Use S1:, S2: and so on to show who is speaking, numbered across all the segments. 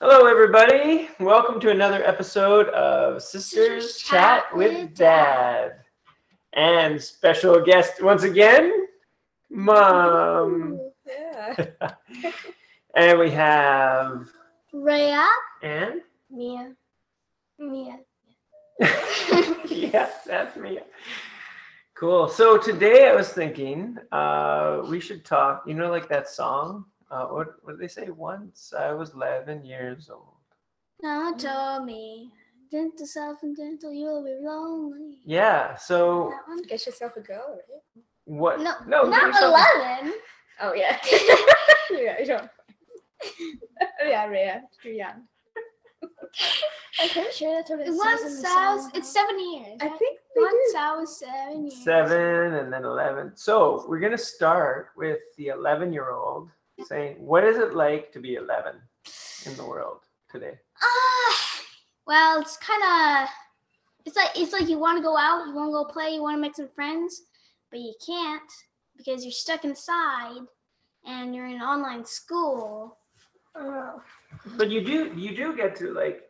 S1: Hello, everybody. Welcome to another episode of Sisters Chat with Dad. And special guest once again, Mom.
S2: Yeah.
S1: And we have
S3: Rhea,
S1: Anne.
S3: Mia, Mia.
S1: yes, that's me. Cool. So today I was thinking uh, we should talk, you know, like that song. Uh, what, what did they say? Once I was 11 years old.
S3: Now tell me, gentle self and gentle, you'll be lonely.
S1: Yeah. So
S3: That one?
S2: Get yourself a girl, right?
S1: what?
S3: No,
S1: no
S3: not
S1: give yourself a-
S3: eleven.
S2: Oh yeah. yeah, you don't. yeah, Rhea, too young. I'm pretty sure that's what it
S3: One sows, it's seven years.
S2: I
S3: right?
S2: think they
S3: one
S2: do.
S3: sow is seven years.
S1: seven and then 11 so we're going to start with the 11 year old saying what is it like to be 11 in the world today
S3: Ah, well, it's kind of, it's like it's like you want to go out, you want to go play, you want to make some friends, but you can't because you're stuck inside and you're in online school.
S1: but you do you do get to like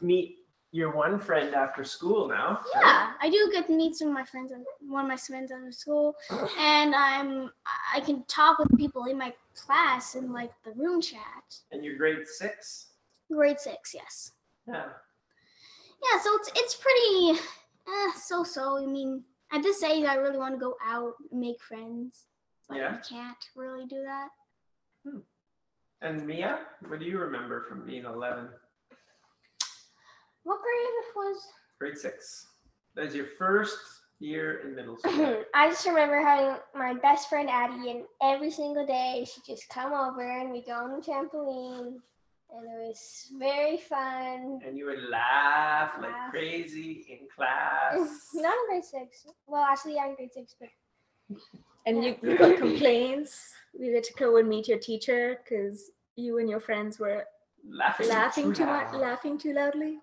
S1: meet your one friend after school now
S3: Yeah, I do get to meet some of my friends, and- one of my friends out of school, and I'm I can talk with people in my class in like the room chat.
S1: and you're grade six
S3: Grade six, yes.
S1: yeah
S3: Yeah, so it's it's pretty eh, so-so. I mean, at this age, I really want to go out and make friends, but
S1: Yeah.
S3: I can't really do that.
S1: and mia what do you remember from being 11
S4: What grade was?
S1: grade six that's your first year in middle school
S4: Hmm, I just remember having my best friend Addie, and every single day she'd just come over and we'd go on the trampoline, and it was very fun.
S1: and you would laugh like
S4: Laugh.
S1: crazy in class
S4: Not in grade six. Well, actually, yeah, in grade six, but
S2: And you, you got complaints. Vivitica would meet your teacher because you and your friends were
S1: laughing,
S2: laughing too much,
S1: loud.
S2: laughing too loudly.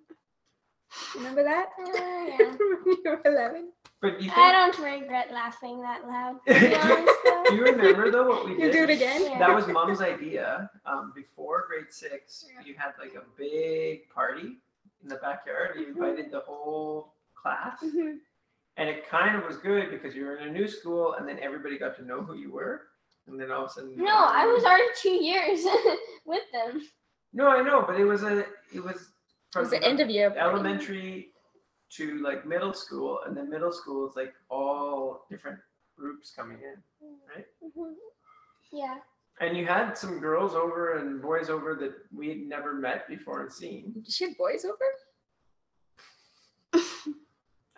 S2: Remember that?
S4: uh, yeah.
S2: when you were 11.
S1: but you think
S4: I don't regret laughing that loud. To be honest, though.
S1: Do you remember though what we did?
S2: You do it again?
S4: Yeah.
S1: That was mom's idea. Um, before grade six, you had like a big party in the backyard. You invited the whole class,
S4: Mhm.
S1: and it kind of was good because you were in a new school, and then everybody got to know who you were. And then all of a sudden,
S4: No, I was already two years with them.
S1: No, I know, but it was a it was
S2: It
S1: from
S2: was the end of year. party.
S1: elementary to like middle school, and then middle school is like all different groups coming in.
S4: Mhm. Yeah.
S1: And you had some girls over and boys over that we had never met before and seen.
S2: Did she have boys over?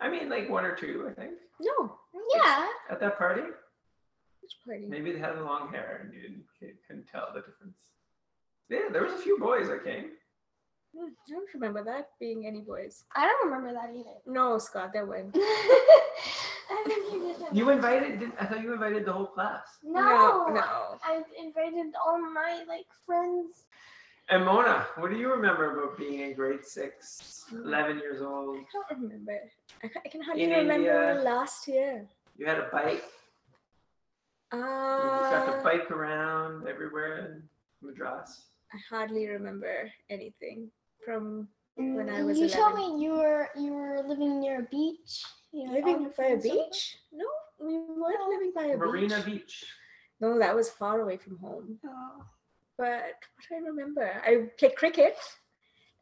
S1: I mean, like one or two, I think,
S2: No.
S3: Yeah,
S1: at that party.
S2: Which party?
S1: Maybe they had long hair and you didn't, you couldn't tell the difference. Yeah, there was a few boys that came.
S2: Hmm, I don't remember that being any boys.
S4: I don't remember that either.
S2: No, Scott, there weren't.
S4: I think you did that.
S1: You invited? Didn't, I thought you invited the whole class.
S4: No.
S2: no.
S4: I've invited all my like friends.
S1: And Mona, what do you remember about being in grade six, 11 years old?
S2: I don't remember. I ca- I can hardly
S1: In
S2: remember
S1: India.
S2: last year.
S1: You had a bike. You got to
S2: Uh,
S1: bike around everywhere in Madras.
S2: I hardly remember anything from When I
S3: Mm,
S2: was
S3: you told
S2: 11.
S3: me you were you were living near a beach. You had all
S2: living by
S3: your
S2: a
S3: friends over.
S2: beach. No, we weren't living by a
S1: Marina
S2: beach.
S1: Beach.
S2: No, that was far away from home.
S3: Oh.
S2: But what do I remember, I played cricket.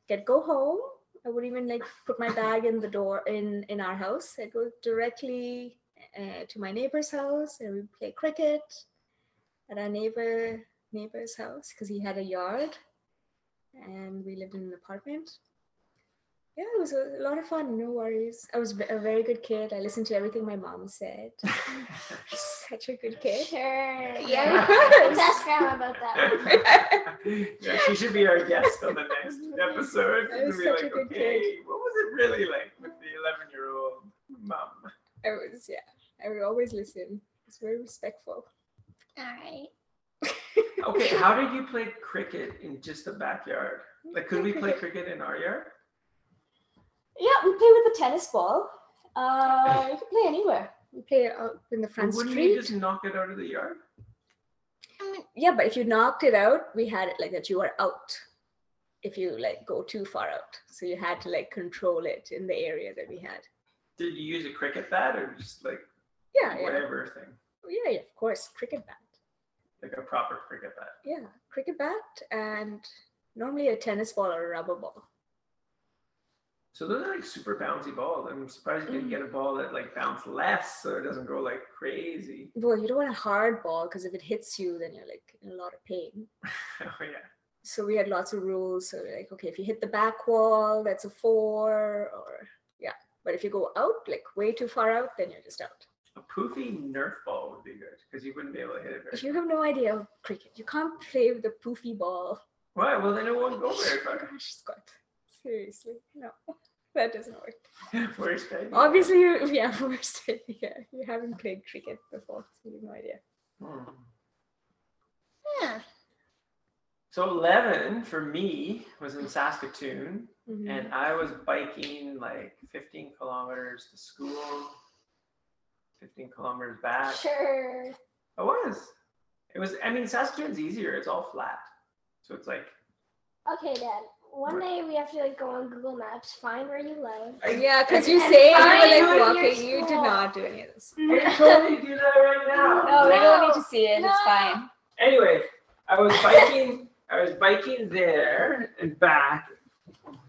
S2: I'd go home. I would even like put my bag in the door in in our house. I'd go directly uh, to my neighbor's house and we'd play cricket at our neighbor neighbor's house because he had a yard and we lived in an apartment. Yeah, it was a lot of fun. No worries. I was a very good kid. I listened to everything my mom said. Such a good kid.
S4: Sure.
S2: Yeah.
S4: Yeah. Let's ask grandma about that. one.
S1: yeah, she should be our guest on the next episode.
S2: That
S1: We'll
S2: was
S1: be
S2: such a
S1: like,
S2: good
S1: okay, what was it really like with the 11 year old mom?
S2: I was yeah. I would always listen. It's very respectful.
S3: All right.
S1: Okay, how did you play cricket in just the backyard? Like, could we play cricket in our yard?
S4: Yeah, we play with a tennis ball. Uh, you can play anywhere.
S2: We play out in the
S1: Or
S2: front
S1: wouldn't
S2: street.
S1: you just knock it out of the yard?
S3: I mean,
S2: Yeah, but if you knocked it out, we had it like that. You were out. if you like go too far out. So you had to like control it in the area that we had.
S1: Did you use a cricket bat or just like
S2: Yeah, yeah,
S1: whatever thing?
S2: yeah, yeah, of course, cricket bat.
S1: Like a proper cricket bat.
S2: Yeah, cricket bat and normally a tennis ball or a rubber ball.
S1: So those are like super bouncy balls. I'm surprised you didn't
S2: Mm.
S1: get a ball that like bounced less so it doesn't go like crazy.
S2: Well, you don't want a hard ball because if it hits you, then you're like in a lot of pain.
S1: oh yeah.
S2: So we had lots of rules. So we're like, okay, if you hit the back wall, that's a four, or yeah. But if you go out, like way too far out, then you're just out.
S1: A poofy Nerf ball would be good because you wouldn't be able to hit it very
S2: If you have no idea of cricket, you can't play with the poofy ball.
S1: Why? Well, then it won't go very far.
S2: Gosh, Scott, seriously, no, that doesn't work.
S1: Where's that?
S2: Obviously, you, yeah, worst yeah, you haven't played cricket before, so you have no idea.
S1: Hmm.
S3: Yeah.
S1: So 11 for me was in Saskatoon
S2: Mhm.
S1: and I was biking like 15 kilometers to school, 15 kilometers back.
S4: Sure.
S1: I was. It was, I mean, Saskatoon's easier. It's all flat. So it's like,
S4: Okay, Dad. One
S1: Right.
S4: day we have to like go on Google Maps, find where you live.
S1: I-
S2: Uh, yeah, because you
S4: and
S2: say you
S4: find
S2: were like
S4: your
S2: walking, you did
S4: school.
S2: not do any of this.
S1: I can totally do that right now.
S4: No,
S2: Oh,
S4: we Oh, don't need
S2: to see it.
S4: it's No. fine.
S1: Anyway, I was biking. I was biking there and back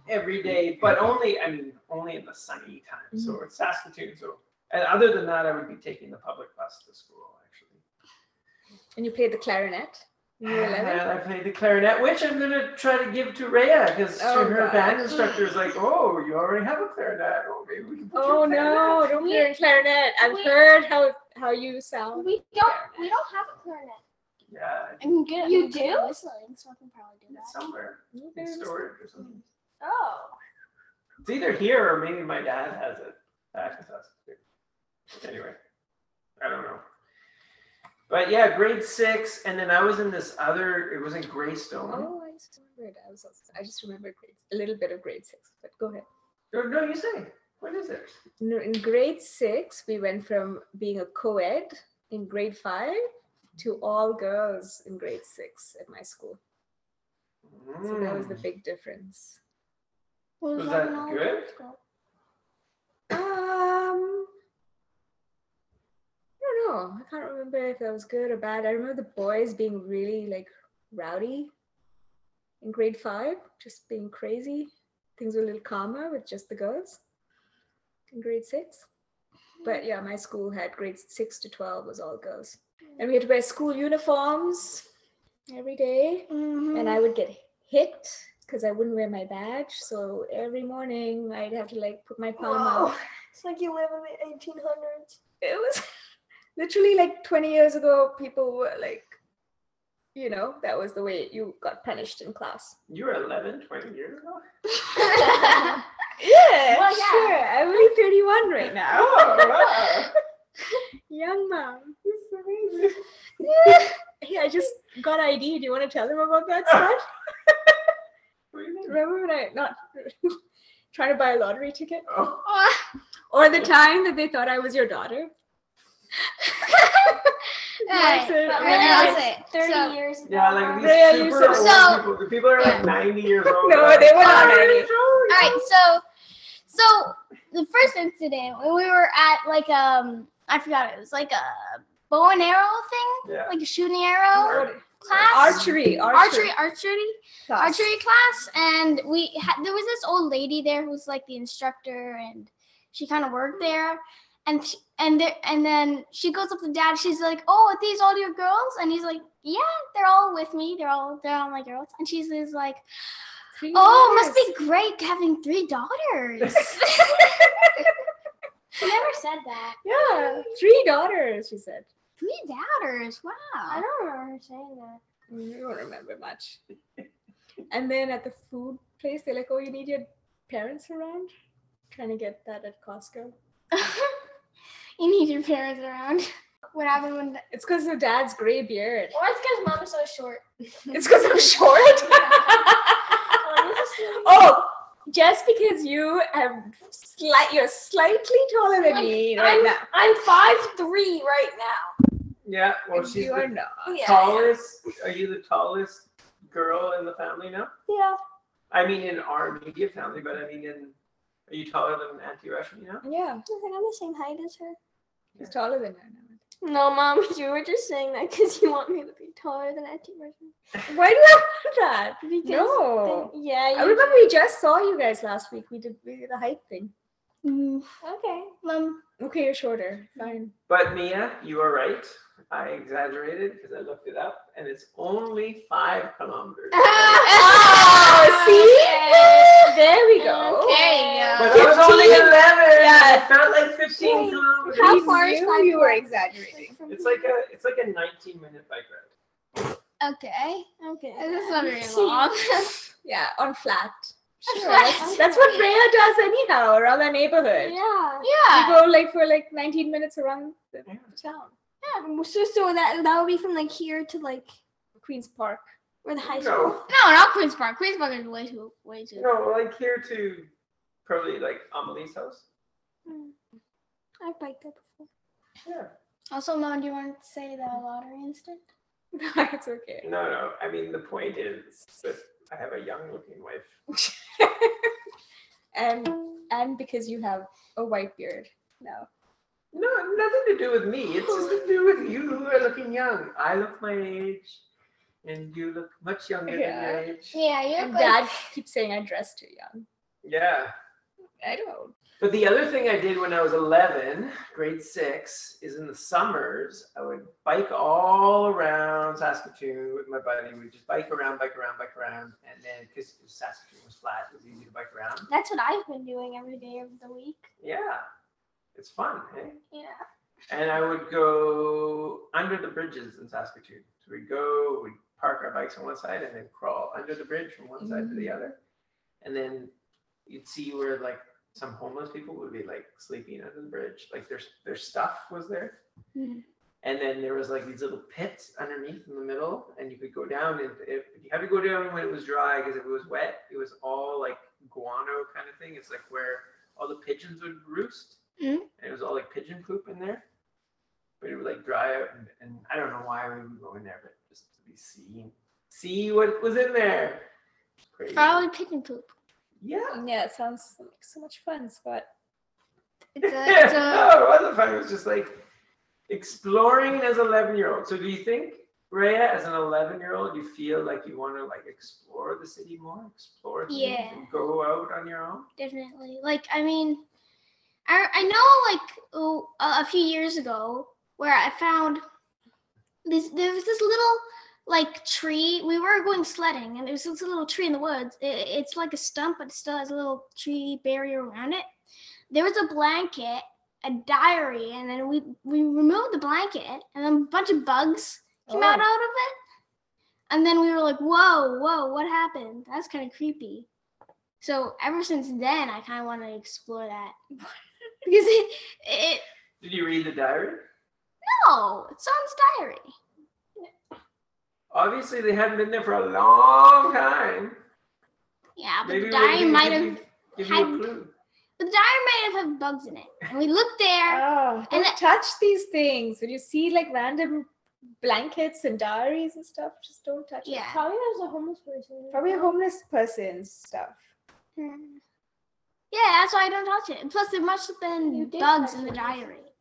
S1: every day, but only I mean only in the sunny time. So
S2: Mm-hmm.
S1: it's Saskatoon. So and other than that, I would be taking the public bus to school actually.
S2: And you played the clarinet. when You were 11.
S1: And I played the clarinet, which I'm gonna try to give to Rhea because
S2: Oh,
S1: her
S2: God.
S1: band instructor is like, "Oh, you already have a clarinet. Oh, maybe we can put you
S2: Oh
S1: in clarinet."
S2: no, don't play in clarinet. I've
S4: we-
S2: heard how how you sound.
S4: We don't. We don't have a clarinet.
S1: Yeah,
S3: I'm good.
S4: You
S3: I'm good at
S4: do?
S3: whistling, so I can probably do
S1: it's
S3: that.
S1: somewhere in storage or something.
S4: Oh.
S1: It's either here or maybe my dad has it. Back in Saskatoon. Anyway, I don't know. But yeah, grade six, and then I was in this other. It was in Greystone.
S2: Oh, I just remembered. I was also, I just remembered grade, a little bit of grade six. But go ahead.
S1: No, no, you say. What is it?
S2: No, in grade six, we went from being a co-ed in grade five to all girls in grade six at my school. So that was the
S1: Mm.
S2: big difference.
S3: Well,
S1: Was
S3: if I
S1: that
S3: can all-
S1: good?
S2: Um, I don't know. I can't remember if that was good or bad. I remember the boys being really like rowdy in grade five, just being crazy. Things were a little calmer with just the girls in grade six. But yeah, my school had grades six to 12 was all girls. And we had to wear school uniforms every day
S3: Mhm.
S2: and I would get hit because I wouldn't wear my badge. So every morning I'd have to like put my palm
S4: Whoa.
S1: Oh,
S2: out.
S4: It's like you live in the 1800s.
S2: It was literally like 20 years ago, people were like, you know, that was the way you got punished in class.
S1: You were 11, 20 years ago.
S2: Yeah,
S4: Well, yeah.
S2: sure. I'm only 31 right now.
S1: Oh, wow.
S2: Young mom. This is amazing. Hey, I just got ID. Do you want to tell them about that, Scott?
S1: What do you mean?
S2: Remember when I not trying to buy a lottery ticket?
S1: Oh,
S2: Or the time that they thought I was your daughter?
S3: Alright,
S2: Said,
S4: but
S2: "Oh,
S4: really
S2: yeah."
S4: I'll
S3: that's it.
S4: Thirty
S3: So-
S4: years. ago.
S1: yeah, like these
S2: Yeah, you
S1: super
S2: so-
S1: old
S3: So-
S1: people. The people are like 90 years old.
S2: No,
S1: They're
S2: they
S1: like,
S2: were not
S1: "Oh,
S2: 90.
S1: you're so
S3: All
S1: young."
S3: right, so so the first incident when we were at like um I forgot it was like a bow and arrow thing,
S1: Yeah.
S3: like a shooting arrow
S1: Or-
S3: class,
S2: Archery,
S3: archery,
S2: archery,
S3: archery,
S2: class.
S3: archery class, and we had there was this old lady there who was like the instructor, and she kind of worked there, and she, and there and then she goes up to dad, she's like, "Oh, are these all your girls?" And he's like, "Yeah, they're all with me, they're all they're all my girls," and she's just like.
S2: Three
S3: Oh, must
S2: years.
S3: be great having three daughters.
S4: She never said that.
S2: Yeah, three daughters. She said.
S3: three daughters.
S4: I
S3: Wow.
S4: don't remember her saying that.
S2: Mm, I don't remember much. And then at the food place, they're like, "Oh, you need your parents around." Trying to get that at Costco.
S3: you need your parents around. What happened when? The,
S2: It's because of Dad's gray beard.
S4: Well, it's because Mom is so short.
S2: It's because I'm short.
S4: Oh, this is really-
S2: oh, just because you have slight, you're slightly taller than
S4: Like,
S2: me right
S4: I'm,
S2: now.
S4: I'm five three right now. Oh,
S1: Yeah, well, Oh, she's
S2: you
S1: the
S2: are not.
S4: Yeah.
S1: tallest. Are you the tallest girl in the family now?
S4: Yeah.
S1: I mean, in our media family, but I mean, in are you taller than Auntie Russian? You know,
S2: Yeah,
S4: I think I'm the same height as her.
S2: he's taller than her now.
S4: No, mom, you were just saying that because you want me to be taller than Auntie Russian.
S2: Why do I want that?
S4: Because
S2: No.
S4: then- yeah, you
S2: I remember we just saw you guys last week. We did, we did a height thing.
S3: Mm,
S4: Okay.
S3: Mom,
S2: Okay, you're shorter. Fine.
S1: but Mia, you are right. I exaggerated because I looked it up, and it's only five kilometers.
S2: Oh, see? There we go.
S3: Okay, yeah.
S1: But I was only
S2: 15.
S1: eleven.
S2: Yeah.
S1: It felt like fifteen
S4: Wait,
S1: kilometers.
S4: How
S2: We
S4: far is
S2: knew
S4: five
S2: you were
S4: blocks?
S2: exaggerating.
S1: It's like a it's like a nineteen minute bike ride.
S3: okay.
S4: okay.
S3: This is not very long.
S2: Yeah, on flat. Sure.
S3: Flat.
S2: That's, that's what Rhea does anyhow around our neighborhood.
S4: Yeah.
S3: yeah.
S2: We go like for like 19 minutes around the
S1: Yeah.
S2: town,
S4: Um, So, so that that would be from like here to like
S2: Queens Park.
S4: where the high school.
S1: No,
S3: No, not Queens Park. Queens Park is way too, way too.
S1: no, like here to probably like Amelie's house.
S4: Hmm. I've biked that before.
S1: Yeah.
S3: Also, Mom, do you want to say the lottery instead?
S2: No, it's okay.
S1: No, no. I mean, the point is that I have a young looking wife.
S2: And and because you have a white beard now.
S1: No, nothing to do with me. It's just to do with you who are looking young. I look my age, and you look much younger
S2: Yeah.
S1: than your age.
S4: Yeah, you're
S2: And dad keeps saying I dress too young.
S1: Yeah.
S2: I don't.
S1: But the other thing I did when I was 11, grade six, is in the summers, I would bike all around Saskatoon with my buddy. We'd just bike around, bike around, bike around. And then because Saskatoon was flat, it was easy to bike around.
S4: That's what I've been doing every day of the week.
S1: Yeah. It's fun, hey?
S4: Yeah.
S1: And I would go under the bridges in Saskatoon. So we'd go, we'd park our bikes on one side and then crawl under the bridge from one side to the other. And then you'd see where like some homeless people would be like sleeping under the bridge. Like their their stuff was there.
S3: Mhm.
S1: And then there was like these little pits underneath in the middle, and you could go down. And if you had to go down when it was dry, because if it was wet, it was all like guano kind of thing. It's like where all the pigeons would roost,
S3: Mm.
S1: and it was all like pigeon poop in there. But it would like dry out, and, and I don't know why we would go in there, but just to be seen, see what was in there. Crazy.
S3: Probably pigeon poop.
S1: Yeah.
S2: Yeah, it sounds like so much fun, Scott.
S3: It's a, it's a
S1: no, it wasn't fun. It was just like exploring as an 11 year old. So, do you think, Rhea, as an 11 year old, you feel like you want to like explore the city more, explore things,
S3: Yeah.
S1: and go out on your own?
S3: definitely. Like, I mean, I, I know, like, oh, a, a few years ago, where I found this, there was this little, like, tree. We were going sledding, and there was this little tree in the woods. It, it's like a stump, but it still has a little tree barrier around it. There was a blanket, a diary, and then we, we removed the blanket, and then a bunch of bugs came out, out of
S1: Oh.
S2: Oh.
S3: it. And then we were like, whoa, whoa, what happened? That's kind of creepy. So ever since then, I kind of want to explore that because it, it
S1: Did you read the diary?
S3: no, it's Son's diary.
S1: Obviously, they hadn't been there for a long time.
S3: Yeah, but
S1: Maybe
S3: the
S1: what
S3: diary
S1: did
S3: might
S1: give
S3: have,
S1: you- give you a
S3: had-
S1: clue.
S3: but the diary might have had bugs in it. And we looked
S1: Uh.
S3: there.
S2: Oh,
S3: And
S2: don't touch these things. When you see like random blankets and diaries and stuff, just don't touch it.
S3: Yeah,
S4: Probably there's a homeless person.
S2: Probably a homeless person's stuff.
S3: Hmm. yeah, that's why I don't touch it. And plus, there must have
S4: You
S3: been
S4: did
S3: bugs
S4: touch
S3: in the
S4: it.
S3: diary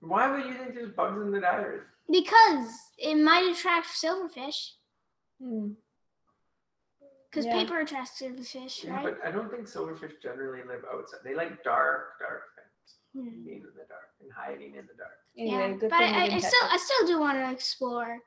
S1: Why would you think there's bugs in the diary?
S3: because it might attract silverfish
S2: Hmm.
S3: because
S2: Yeah.
S3: paper attracts silverfish,
S1: Yeah,
S3: right?
S1: but I don't think silverfish generally live outside. They like dark, dark things,
S3: Hmm.
S1: being in the dark and hiding in the dark.
S2: Anyway,
S3: Yeah,
S2: good
S3: but
S2: thing we
S3: I, I
S2: didn't touch
S3: still,
S2: it.
S3: I still do want to explore.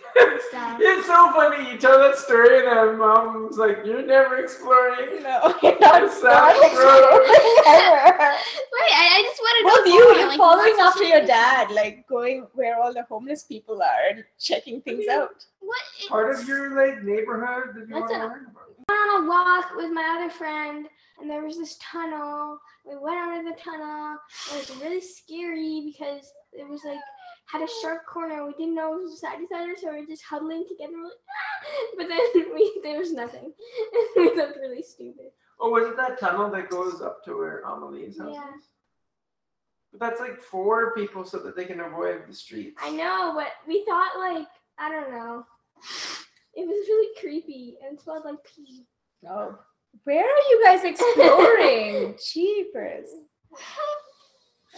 S3: So-
S1: It's so funny. You tell that story, and then mom's like, "You're never exploring."
S2: No, you're not
S1: It's not
S2: exploring ever.
S3: Wait, I, I just want to
S2: Both
S3: go.
S2: you,
S3: more,
S2: you're
S3: like,
S2: following
S3: what's
S2: after your
S3: this?
S2: dad, like going where all the homeless people are and checking things
S1: Yeah.
S2: out.
S3: What?
S1: Part of your like neighborhood that you
S3: That's
S1: want to
S3: a-
S1: learn about.
S4: went on a walk with my other friend, and there was this tunnel. We went under the tunnel. It was really scary because it was like had a sharp corner. We didn't know it was side to side, so we were just huddling together. We're like, "Ah!" But then we there was nothing, and we looked really stupid.
S1: Oh, was it that tunnel that goes up to where Amelie's house
S4: Yeah.
S1: is? But that's like for people so that they can avoid the streets.
S4: I know, but we thought like I don't know. It was really creepy and smelled like pee.
S2: Oh, where are you guys exploring? Jeepers.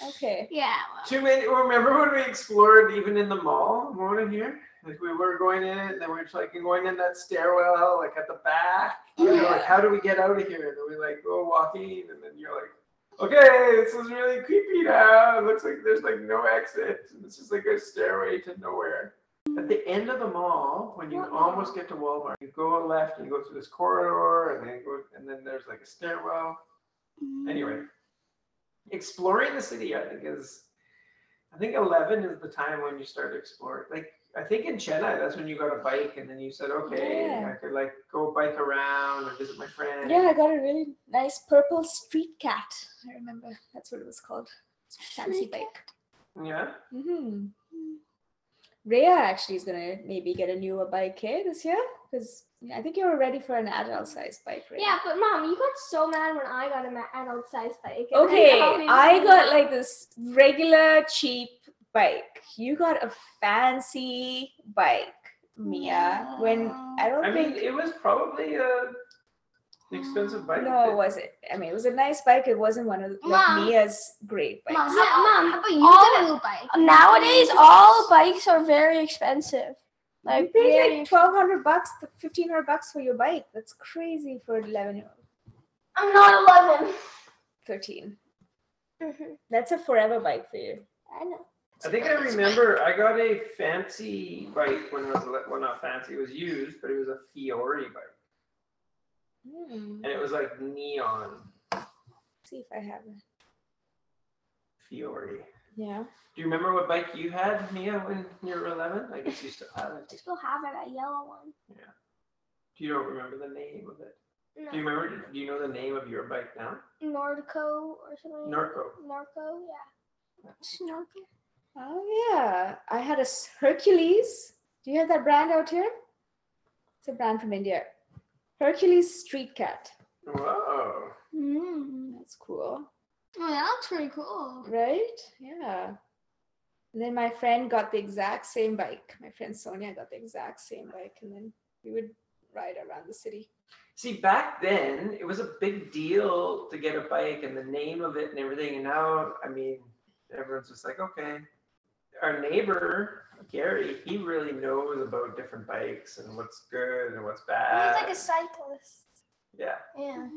S2: Okay.
S3: Yeah.
S1: Too many. Remember when we explored even in the mall, Mona here? Like we were going in, and then we were like going in that stairwell, like at the back. And we were like, how do we get out of here? And then we like go walking, and then you're like, okay, this is really creepy now. It looks like there's like no exit. And it's just like a stairway to nowhere. At the end of the mall, when you
S4: What mall?
S1: almost get to Walmart, you go left and you go through this corridor, and then go, and then there's like a stairwell
S3: well,
S1: anyway exploring the city i think is i think 11 is the time when you start to explore like i think in chennai that's when you got a bike and then you said okay
S2: Yeah.
S1: i could like go bike around and visit my friend
S2: Yeah, I got a really nice purple street cat. I remember that's what it was called. Fancy
S3: Street
S2: bike.
S1: yeah
S2: Mm-hmm. Rhea actually is gonna maybe get a newer bike eh, this year because I think you were ready for an adult size bike, Rhea.
S4: Yeah, but mom, you got so mad when I got an adult size bike. and
S2: Okay,
S4: helped me
S2: I
S4: with
S2: got
S4: it.
S2: like this regular cheap bike. You got a fancy bike, Mia. When I don't
S1: i mean
S2: think
S1: it was probably a an expensive bike
S2: no, it wasn't. I mean, it was a nice bike. It wasn't one of like
S3: Mom.
S2: Mia's great bikes.
S3: Mom, how,
S4: Yeah,
S3: Mom,
S4: Mom,
S3: how about you
S4: all-
S3: get a new bike?
S4: Nowadays, all bikes are very expensive.
S2: You
S4: Like
S2: paid
S4: very.
S2: like twelve hundred bucks, fifteen hundred bucks for your bike. That's crazy for an eleven year old,
S4: I'm not 11.
S2: thirteen.
S4: Mhm.
S2: That's a forever bike for you.
S4: I know.
S1: I think I remember I got a fancy bike when I was ele- well not fancy it was used but it was a Fiore bike
S4: Hmm.
S1: and it was like neon
S2: see if I have it.
S1: Fiore.
S2: Yeah.
S1: Do you remember what bike you had, Mia, when you were 11? I guess you still have
S4: I
S1: it.
S4: still have it, that yellow one.
S1: You don't remember the name of it. Do you
S4: No.
S1: remember? Do you know the name of your bike now?
S4: Nordco or something.
S1: Norco.
S4: Norco, yeah. Norco.
S2: Oh yeah. I had a s- Hercules. Do you have that brand out here? It's a brand from India. Hercules Street Cat.
S1: Whoa.
S3: Mm.
S2: That's cool,
S3: Oh, that looks pretty cool.
S2: right? Yeah. And then my friend got the exact same bike. My friend Sonia got the exact same bike, and then we would ride around the city.
S1: See, back then it was a big deal to get a bike and the name of it and everything. And now, I mean, everyone's just like, okay. Our neighbor Gary, he really knows about different bikes and what's good and what's bad.
S4: He's like a cyclist.
S1: yeah.
S4: Yeah.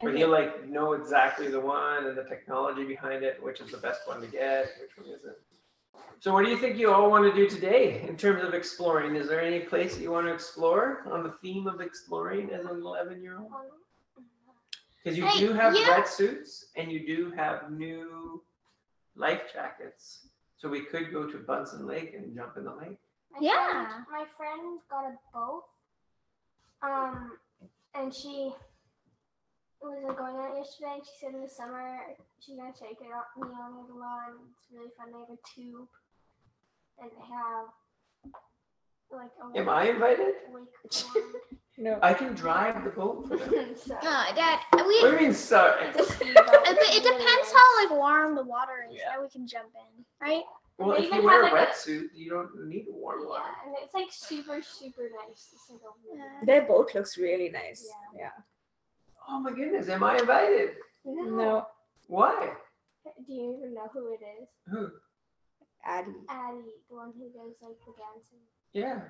S1: But he'll like know exactly the one and the technology behind it, which is the best one to get, which one isn't. So what do you think you all want to do today in terms of exploring? Is there any place that you want to explore on the theme of exploring as an eleven year old?
S4: Um,
S1: Because you
S3: Hey,
S1: do have
S3: yeah.
S1: wetsuits and you do have new life jackets. So we could go to Bunsen Lake and jump in the lake.
S4: My
S3: Yeah.
S4: friend- my friend got a boat. Um, and she was like, going on it yesterday. And she said in the summer she's gonna take it out, me on it alone. It's really fun. They have a tube, and they have like a
S1: Am I invited?
S4: wakeboard.
S2: No.
S1: I can drive the boat for them.
S4: so,
S3: Oh, Dad,
S1: What do
S3: we.
S1: you mean sorry?
S4: it's a speedboat.
S3: It, it depends how like warm the water is
S1: Yeah.
S3: that we can jump in, right?
S1: Well,
S4: They
S1: if you
S4: even
S1: wear a
S4: have, like, a-
S1: wetsuit, you don't need warm water.
S4: Yeah, and it's like super super nice. It's like a really
S3: Yeah.
S2: Their boat looks really nice. Yeah.
S1: Oh my goodness, am I invited?
S2: No,
S1: Why?
S4: Do you even know who it is?
S1: Who?
S2: Addie.
S4: Addie, the one who goes like the dancing.
S1: Yeah.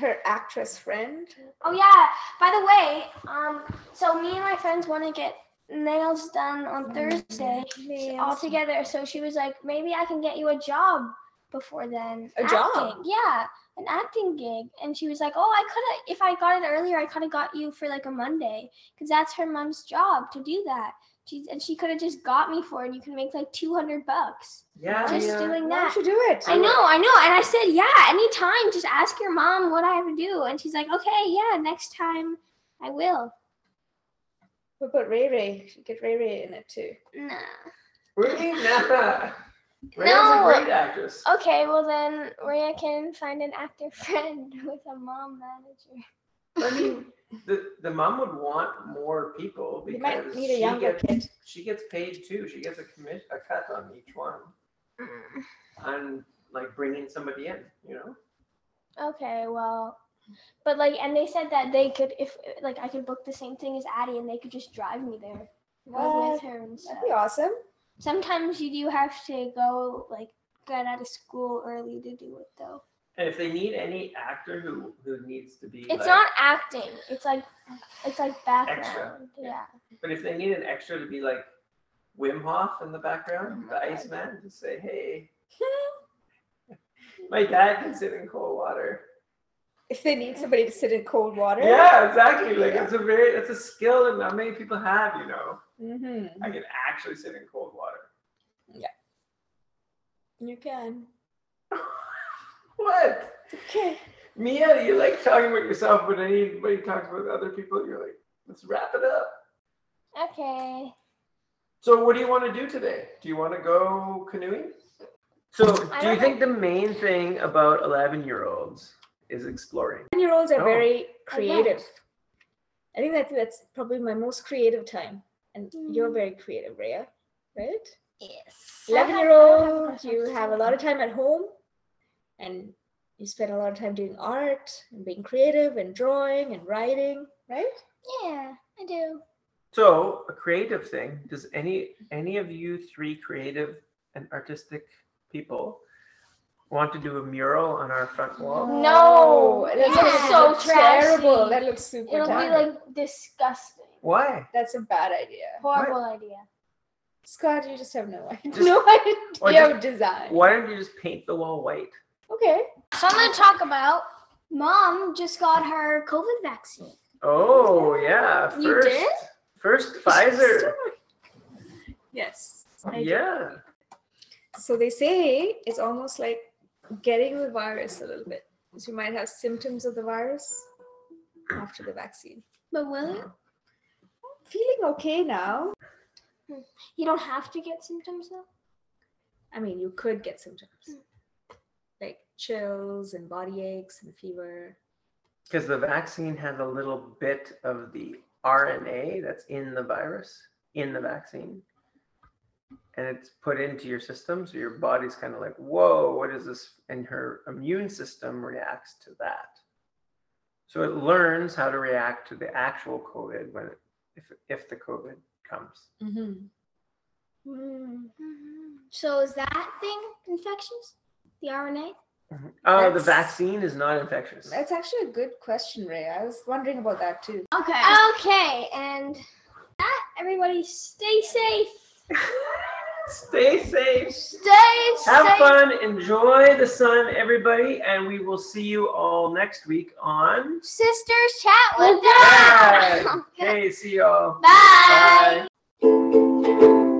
S2: Her actress friend.
S4: Oh yeah. By the way, um, so me and my friends want to get nails done on Thursday all
S2: Mm-hmm. Nails.
S4: together. So she was like, maybe I can get you a job before then.
S2: A job?
S4: Yeah, an acting gig. And she was like, oh, I could have. If I got it earlier, I could have got you for like a Monday because that's her mom's job to do that. She's and she could have just got me for it. And you can make like two hundred bucks
S1: Yeah.
S4: just
S1: yeah.
S4: doing
S2: Why
S4: that.
S2: don't you do it?
S4: I know, I know. And I said, yeah, anytime. Just ask your mom what I have to do. And she's like, okay, yeah, next time I will.
S2: What about Ray Ray? You should Get Ray Ray in it too.
S4: Nah.
S1: Really? Nah. Ray's
S4: No.
S1: a great actress.
S2: Oh.
S4: Okay, well then Rhea can find an actor friend with a mom manager.
S1: I mean, the the mom would want more people
S2: You
S1: because
S2: might need a
S1: she
S2: younger
S1: gets
S2: kid.
S1: she gets paid too. She gets a commission a cut on each one.
S2: Mm.
S1: I'm like bringing somebody in, you know.
S4: Okay, well But like, and they said that they could, if like, I could book the same thing as Addie, and they could just drive me there go
S2: What?
S4: with her and stuff.
S2: That'd be awesome.
S4: Sometimes you do have to go like get out of school early to do it though.
S1: And if they need any actor who who needs to be like,
S4: It's not acting. It's like it's like background. Yeah.
S1: but if they need an extra to be like Wim Hof in the background, the
S4: Oh my
S2: Mm-hmm.
S4: God.
S1: Iceman, just say, "Hey, my dad can sit in cold water."
S2: If they need somebody to sit in cold water.
S1: Yeah, exactly. Like it's a very it's a skill that not many people have. You know,
S2: Mm-hmm.
S1: I can actually sit in cold water.
S2: You can.
S1: what?
S2: Okay.
S1: Mia, you like talking about yourself, but anybody talks about other people, you're like, let's wrap it up.
S4: Okay.
S1: So, what do you want to do today? Do you want to go canoeing? So,
S4: I
S1: do you
S4: don't
S1: think the main thing about 11 year olds is exploring?
S2: Ten year olds are
S1: Oh.
S2: very creative. I think that's that's probably my most creative time. And you're
S4: Mm.
S2: very creative, Rhea, right?
S3: Yes.
S2: Eleven
S4: have-
S2: year
S4: I have a
S2: old,
S4: question.
S2: you have a lot of time at home and you spend a lot of time doing art and being creative and drawing and writing, right?
S3: Yeah, I do.
S1: So, a creative thing. Does any any of you three creative and artistic people want to do a mural on our front wall?
S4: No, that
S2: Oh, that
S3: looks
S4: so
S2: looks terrible.
S4: trashy.
S2: That looks super
S4: It'll be
S2: terrible.
S4: like disgusting.
S1: Why?
S2: That's a bad idea.
S4: Horrible idea.
S2: Scott, you just have no idea.
S1: Just-
S2: no
S1: or
S2: idea
S1: just-
S2: of design.
S1: Why don't you just paint the wall white?
S2: Okay.
S3: So I'm gonna talk about mom just got her COVID vaccine.
S1: Oh yeah, first
S3: You did?
S1: first Pfizer.
S2: Yes.
S1: Yeah.
S2: So they say it's almost like getting the virus a little bit. So you might have symptoms of the virus after the vaccine.
S3: But will you?
S2: Feeling okay now.
S4: You don't have to get symptoms though.
S2: I mean, you could get symptoms like chills and body aches and fever.
S1: Because the vaccine has a little bit of the RNA that's in the virus, in the vaccine. And it's put into your system. So your body's kind of like, whoa, what is this? And her immune system reacts to that. So it learns how to react to the actual COVID when it, if, if the COVID comes.
S3: Mm-hmm. So is that thing infectious? The RNA?
S1: Oh, the
S2: That's-
S1: vaccine is not infectious.
S2: That's actually a good question, Ray. I was wondering about that too.
S4: Okay.
S3: Okay, and that everybody stay safe.
S1: Stay safe.
S3: Stay
S1: Have
S3: safe.
S1: fun. Enjoy the sun, everybody. And we will see you all next week on.
S3: Sisters chat with
S1: Dad.
S3: dad.
S1: Hey, see y'all.
S3: Bye.
S1: Bye.